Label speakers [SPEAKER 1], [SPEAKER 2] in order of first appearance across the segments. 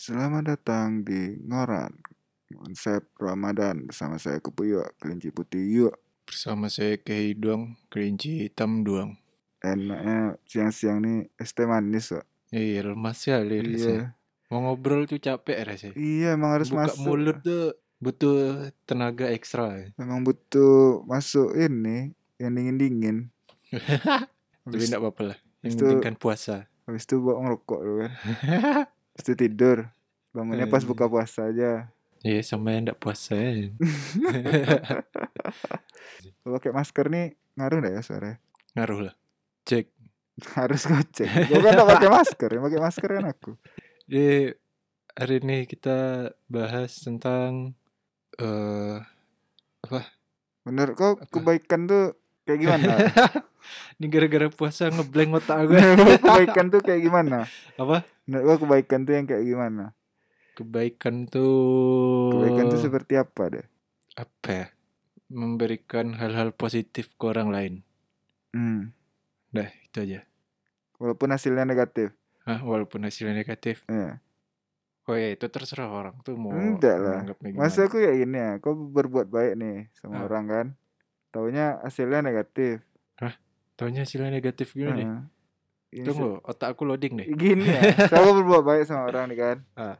[SPEAKER 1] Selamat datang di Ngoran Konsep Ramadan bersama saya Kepuyo, kelinci putih yuk
[SPEAKER 2] Bersama saya Kei Doang, kelinci hitam doang.
[SPEAKER 1] Enaknya eh, siang-siang nih es teh manis kok
[SPEAKER 2] Iya, lemas ya lihat rasanya.
[SPEAKER 1] Iya,
[SPEAKER 2] Mau ngobrol tuh capek rasanya.
[SPEAKER 1] iya emang harus
[SPEAKER 2] Buka
[SPEAKER 1] masuk
[SPEAKER 2] mulut tuh butuh tenaga ekstra.
[SPEAKER 1] Emang butuh masuk ini yang dingin-dingin
[SPEAKER 2] Tapi
[SPEAKER 1] Habis,
[SPEAKER 2] enggak apa-apa lah. Yang
[SPEAKER 1] Habis
[SPEAKER 2] penting
[SPEAKER 1] itu-
[SPEAKER 2] kan puasa.
[SPEAKER 1] habis itu bawa ngerokok dulu kan Habis itu tidur Bangunnya pas
[SPEAKER 2] Eh.
[SPEAKER 1] buka puasa aja
[SPEAKER 2] Iya, sama yang enggak puasa ya.
[SPEAKER 1] Kalau pakai masker nih ngaruh nggak ya suaranya?
[SPEAKER 2] Ngaruh lah. Cek.
[SPEAKER 1] Harus gocek Gue kan nggak pakai masker, yang pakai masker kan aku
[SPEAKER 2] Jadi Eh, hari ini kita bahas tentang eh
[SPEAKER 1] Menurut kau
[SPEAKER 2] Apa?
[SPEAKER 1] kebaikan tuh kayak gimana?
[SPEAKER 2] ini gara-gara puasa ngeblank otak gue.
[SPEAKER 1] Menurut lo kebaikan tuh kayak gimana?
[SPEAKER 2] Apa?
[SPEAKER 1] Menurut lo kebaikan tuh yang kayak gimana?
[SPEAKER 2] Kebaikan tuh
[SPEAKER 1] Kebaikan tuh seperti apa deh?
[SPEAKER 2] apa ya? Memberikan hal-hal positif ke orang lain.
[SPEAKER 1] Hmm.
[SPEAKER 2] Dah, itu aja.
[SPEAKER 1] Walaupun hasilnya negatif.
[SPEAKER 2] Hah, walaupun hasilnya negatif.
[SPEAKER 1] Ya.
[SPEAKER 2] Oh ya, itu terserah orang tuh mau
[SPEAKER 1] Enggak lah.
[SPEAKER 2] menganggapnya gimana.
[SPEAKER 1] Masa aku kayak gini ya, kau berbuat baik nih sama
[SPEAKER 2] Ah.
[SPEAKER 1] orang kan? Taunya hasilnya negatif.
[SPEAKER 2] Taunya hasilnya negatif gini nih.
[SPEAKER 1] Heeh. Hmm, Ini se-
[SPEAKER 2] Tunggu, otak aku loading deh.
[SPEAKER 1] Gini ya, so, aku berbuat baik sama orang nih kan?
[SPEAKER 2] Ah.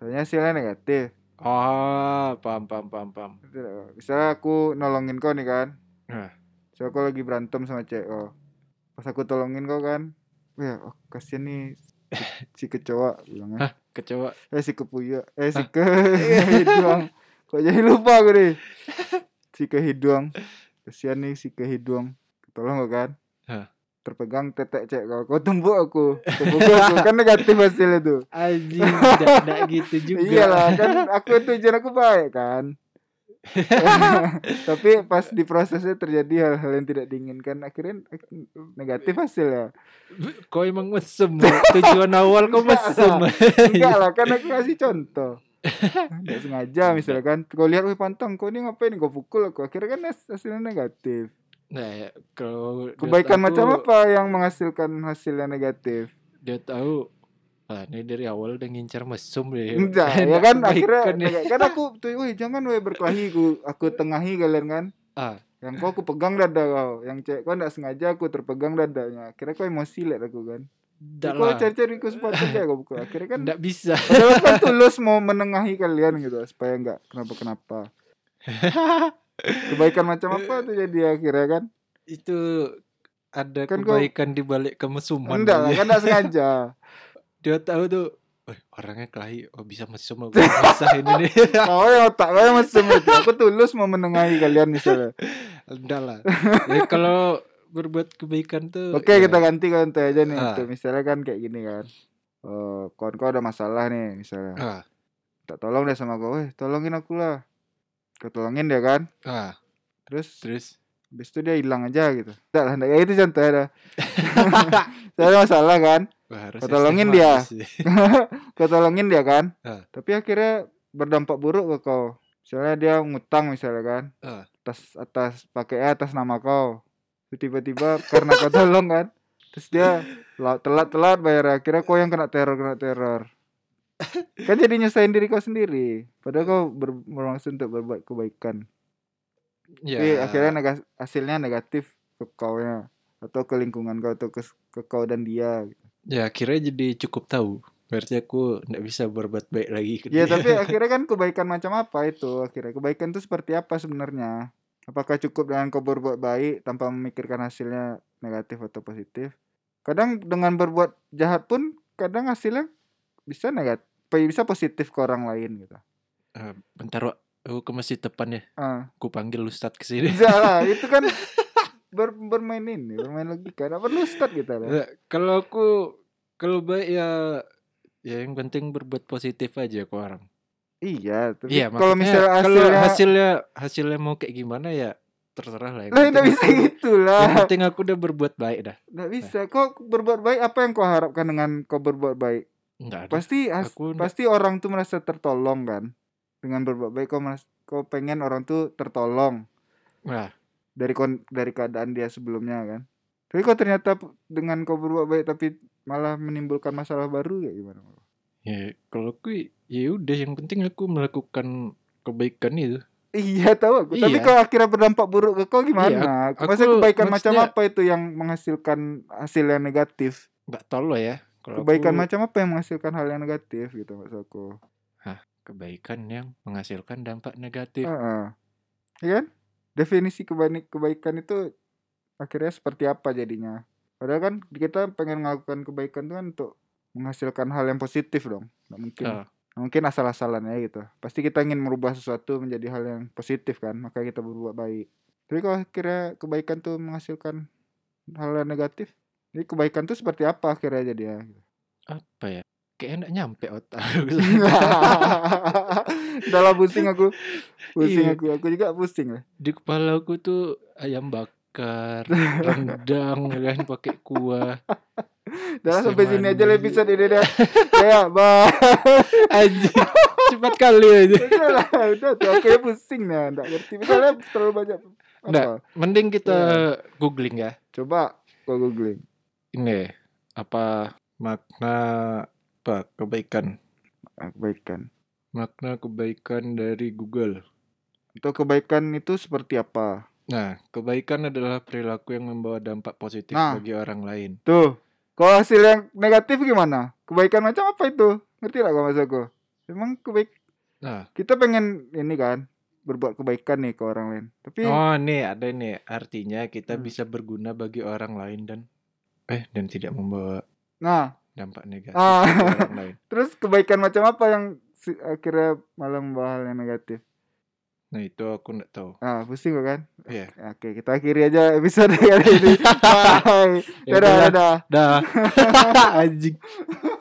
[SPEAKER 1] Taunya hasilnya negatif.
[SPEAKER 2] Ah, paham, paham, paham, paham.
[SPEAKER 1] Ngerti tak kau? Misalnya aku nolongin kau nih kan?
[SPEAKER 2] Ah.
[SPEAKER 1] So aku lagi berantem sama cewek kau. Pas aku tolongin kau kan? Ya, oh, kasihan nih si kecoa bilangnya.
[SPEAKER 2] Hah, kecewa.
[SPEAKER 1] Eh si kepuya Eh si
[SPEAKER 2] Hah?
[SPEAKER 1] kehiduang Kok jadi lupa aku nih Si kehiduang Kesian nih si kehiduang Tolong kau kan
[SPEAKER 2] Hah.
[SPEAKER 1] Terpegang tetek cek kau Kau tumbuk aku Tumbuk aku Kan negatif hasilnya tuh
[SPEAKER 2] Anjing, tidak, tidak gitu juga.
[SPEAKER 1] Iyalah kan aku tujuan aku baik kan Tapi pas di prosesnya terjadi hal-hal yang tidak diinginkan Akhirnya ak- negatif ya. hasilnya
[SPEAKER 2] Kau emang mesem. Tujuan awal kau
[SPEAKER 1] Enggak
[SPEAKER 2] mesem. Iya.
[SPEAKER 1] Enggak lah kan aku kasih contoh Enggak sengaja misalkan Kau lihat wih pantang kau ini ngapain Kau pukul aku Akhirnya kan has- hasilnya negatif
[SPEAKER 2] Nah, ya, kalau dia
[SPEAKER 1] Kebaikan
[SPEAKER 2] tahu-
[SPEAKER 1] macam apa yang menghasilkan hasilnya negatif
[SPEAKER 2] Dia tahu. Ah, ini dari awal udah ngincar mesum deh.
[SPEAKER 1] Enggak ya kan akhirnya
[SPEAKER 2] Iya. Kebaikan ya.
[SPEAKER 1] Kan aku tuh wih jangan wih berkelahi ku, Aku tengahi kalian kan
[SPEAKER 2] Ah,
[SPEAKER 1] Yang kau aku pegang dada kau Yang cewek kau enggak sengaja aku terpegang dadanya Akhirnya kau emosi liat aku kan
[SPEAKER 2] enggak
[SPEAKER 1] Kau
[SPEAKER 2] lah.
[SPEAKER 1] cari-cari ku sepatu aja kau pukul Akhirnya kan
[SPEAKER 2] Enggak bisa.
[SPEAKER 1] Padahal kan tulus mau menengahi kalian gitu Supaya enggak kenapa-kenapa Kebaikan macam apa
[SPEAKER 2] Eh.
[SPEAKER 1] tuh jadi akhirnya kan
[SPEAKER 2] itu ada
[SPEAKER 1] Kan kau-
[SPEAKER 2] kebaikan di balik kemesuman.
[SPEAKER 1] Enggak lah,
[SPEAKER 2] dia.
[SPEAKER 1] kan enggak sengaja.
[SPEAKER 2] Dia tahu tuh, "Wih, orangnya kelahi, oh bisa mesum aku bisa ini nih.
[SPEAKER 1] Kau yang otak kau yang mesum itu. Aku tulus mau menengahi kalian misalnya.
[SPEAKER 2] Enggak lah. Ya, kalau berbuat kebaikan tuh.
[SPEAKER 1] Oke,
[SPEAKER 2] ya,
[SPEAKER 1] kita ganti konten aja nih.
[SPEAKER 2] Ah.
[SPEAKER 1] Tuh, misalnya kan kayak gini kan. Eh, kawan kau ada masalah nih misalnya.
[SPEAKER 2] Ah,
[SPEAKER 1] Tak tolong deh sama kau. Eh, tolongin aku lah. Kau tolongin dia kan.
[SPEAKER 2] ah,
[SPEAKER 1] Terus
[SPEAKER 2] terus.
[SPEAKER 1] habis itu dia hilang aja gitu. Enggak lah, enggak kayak itu contohnya dah. Saya ada masalah kan.
[SPEAKER 2] Wah, harus
[SPEAKER 1] Kau tolongin
[SPEAKER 2] ekstrim
[SPEAKER 1] dia.
[SPEAKER 2] banget sih.
[SPEAKER 1] kau tolongin dia kan.
[SPEAKER 2] Ah.
[SPEAKER 1] Tapi akhirnya berdampak buruk ke kau. Misalnya dia ngutang misalnya kan.
[SPEAKER 2] Ah.
[SPEAKER 1] atas atas pakai atas nama kau Terus tiba-tiba karena kau tolong kan terus dia la- telat-telat bayar akhirnya kau yang kena teror kena teror kan jadi nyusahin diri kau sendiri padahal kau ber- bermaksud untuk berbuat kebaikan
[SPEAKER 2] Ya,
[SPEAKER 1] tapi akhirnya nega- hasilnya negatif ke kau nya atau ke lingkungan kau atau ke, ke kau dan dia
[SPEAKER 2] ya akhirnya jadi cukup tahu. Berarti aku enggak bisa berbuat baik lagi. ke
[SPEAKER 1] ya
[SPEAKER 2] dia.
[SPEAKER 1] tapi akhirnya kan kebaikan macam apa itu akhirnya kebaikan itu seperti apa sebenarnya apakah cukup dengan kau berbuat baik tanpa memikirkan hasilnya negatif atau positif kadang dengan berbuat jahat pun kadang hasilnya bisa negatif bisa positif ke orang lain gitu
[SPEAKER 2] Ah, bentar, Wak. Aku ke masjid depan ya.
[SPEAKER 1] ah
[SPEAKER 2] Aku panggil Ustadz ke sini.
[SPEAKER 1] bisa lah itu kan ber- bermain ini bermain logika apa perlu start gitu lah
[SPEAKER 2] Ya, kalau aku kalau baik ya ya yang penting berbuat positif aja ke orang.
[SPEAKER 1] iya tapi
[SPEAKER 2] Iya,
[SPEAKER 1] kalau
[SPEAKER 2] maksudnya
[SPEAKER 1] misalnya
[SPEAKER 2] kalau
[SPEAKER 1] hasilnya
[SPEAKER 2] hasilnya hasilnya mau kayak gimana ya terserah lah. gitu. Yang,
[SPEAKER 1] lah nggak
[SPEAKER 2] penting
[SPEAKER 1] bisa
[SPEAKER 2] aku-
[SPEAKER 1] gitulah
[SPEAKER 2] yang penting aku udah berbuat baik dah.
[SPEAKER 1] nggak bisa kau berbuat baik apa yang kau harapkan dengan kau berbuat baik
[SPEAKER 2] Enggak ada.
[SPEAKER 1] pasti has-
[SPEAKER 2] Aku ndak-
[SPEAKER 1] pasti orang tuh merasa tertolong kan dengan berbuat baik kau meras- kau pengen orang tuh tertolong
[SPEAKER 2] Nah,
[SPEAKER 1] dari kon- dari keadaan dia sebelumnya kan tapi kau ternyata p- dengan kau berbuat baik tapi malah menimbulkan masalah baru ya gimana
[SPEAKER 2] Ya, kalau aku ya udah yang penting aku melakukan kebaikan itu.
[SPEAKER 1] Iya tahu aku. Tapi
[SPEAKER 2] Iya.
[SPEAKER 1] kalau akhirnya berdampak buruk ke kau gimana?
[SPEAKER 2] aku-
[SPEAKER 1] Maksudnya
[SPEAKER 2] aku-
[SPEAKER 1] kebaikan macam
[SPEAKER 2] maksudnya-
[SPEAKER 1] apa itu yang menghasilkan hasil yang negatif?
[SPEAKER 2] Nggak tahu lah ya. Kalau
[SPEAKER 1] Kebaikan
[SPEAKER 2] aku-
[SPEAKER 1] macam apa yang menghasilkan hal yang negatif gitu maksud aku.
[SPEAKER 2] kebaikan yang menghasilkan dampak negatif.
[SPEAKER 1] Heeh. Iya kan? Definisi kebaikan kebaikan itu akhirnya seperti apa jadinya? Padahal kan kita pengen melakukan kebaikan itu kan untuk menghasilkan hal yang positif dong. Nggak mungkin.
[SPEAKER 2] Ah.
[SPEAKER 1] nggak mungkin asal-asalannya gitu. Pasti kita ingin merubah sesuatu menjadi hal yang positif kan, maka kita berbuat baik. Tapi kalau akhirnya kebaikan tuh menghasilkan hal yang negatif, jadi kebaikan tuh seperti apa akhirnya jadi ya?
[SPEAKER 2] apa ya? Kayaknya nggak nyampe otak.
[SPEAKER 1] Dalam pusing aku, pusing
[SPEAKER 2] Iya.
[SPEAKER 1] aku, aku juga pusing lah.
[SPEAKER 2] Di kepala aku tuh ayam bakar, rendang, kan pakai kuah.
[SPEAKER 1] Udah lah,
[SPEAKER 2] Bisa
[SPEAKER 1] sampai sini aja lah
[SPEAKER 2] mandi.
[SPEAKER 1] episode ini deh. Ya, bye.
[SPEAKER 2] Anjing, cepat kali aja.
[SPEAKER 1] Udah lah, udah tuh akhirnya pusing nah, enggak ngerti. Misalnya terlalu banyak apa?
[SPEAKER 2] Nggak. Mending kita googling ya.
[SPEAKER 1] Coba gua googling.
[SPEAKER 2] Ini apa makna apa kebaikan?
[SPEAKER 1] Ah, Kebaikan.
[SPEAKER 2] Makna kebaikan dari Google.
[SPEAKER 1] Untuk kebaikan itu seperti apa?
[SPEAKER 2] Nah, kebaikan adalah perilaku yang membawa dampak positif
[SPEAKER 1] Nah.
[SPEAKER 2] bagi orang lain.
[SPEAKER 1] Tuh, kalau hasil yang negatif gimana? Kebaikan macam apa itu? Ngerti gak gak maksud aku? Emang kebaik
[SPEAKER 2] Nah,
[SPEAKER 1] kita pengen ini kan berbuat kebaikan nih ke orang lain. Tapi
[SPEAKER 2] oh nih ada nih artinya
[SPEAKER 1] Iya.
[SPEAKER 2] kita
[SPEAKER 1] Hmm.
[SPEAKER 2] bisa berguna bagi orang lain dan eh dan tidak membawa
[SPEAKER 1] nah,
[SPEAKER 2] dampak negatif
[SPEAKER 1] Ah.
[SPEAKER 2] bagi orang lain.
[SPEAKER 1] terus kebaikan macam apa yang si- akhirnya malah membawa hal yang negatif?
[SPEAKER 2] Nah itu aku nggak tahu.
[SPEAKER 1] Ah, pusing gua kan?
[SPEAKER 2] Iya.
[SPEAKER 1] Oke, kita akhiri aja episode kali ini. Bye.
[SPEAKER 2] Ya
[SPEAKER 1] Dadah,
[SPEAKER 2] udahlah,
[SPEAKER 1] dadah.
[SPEAKER 2] Dah. Anjing.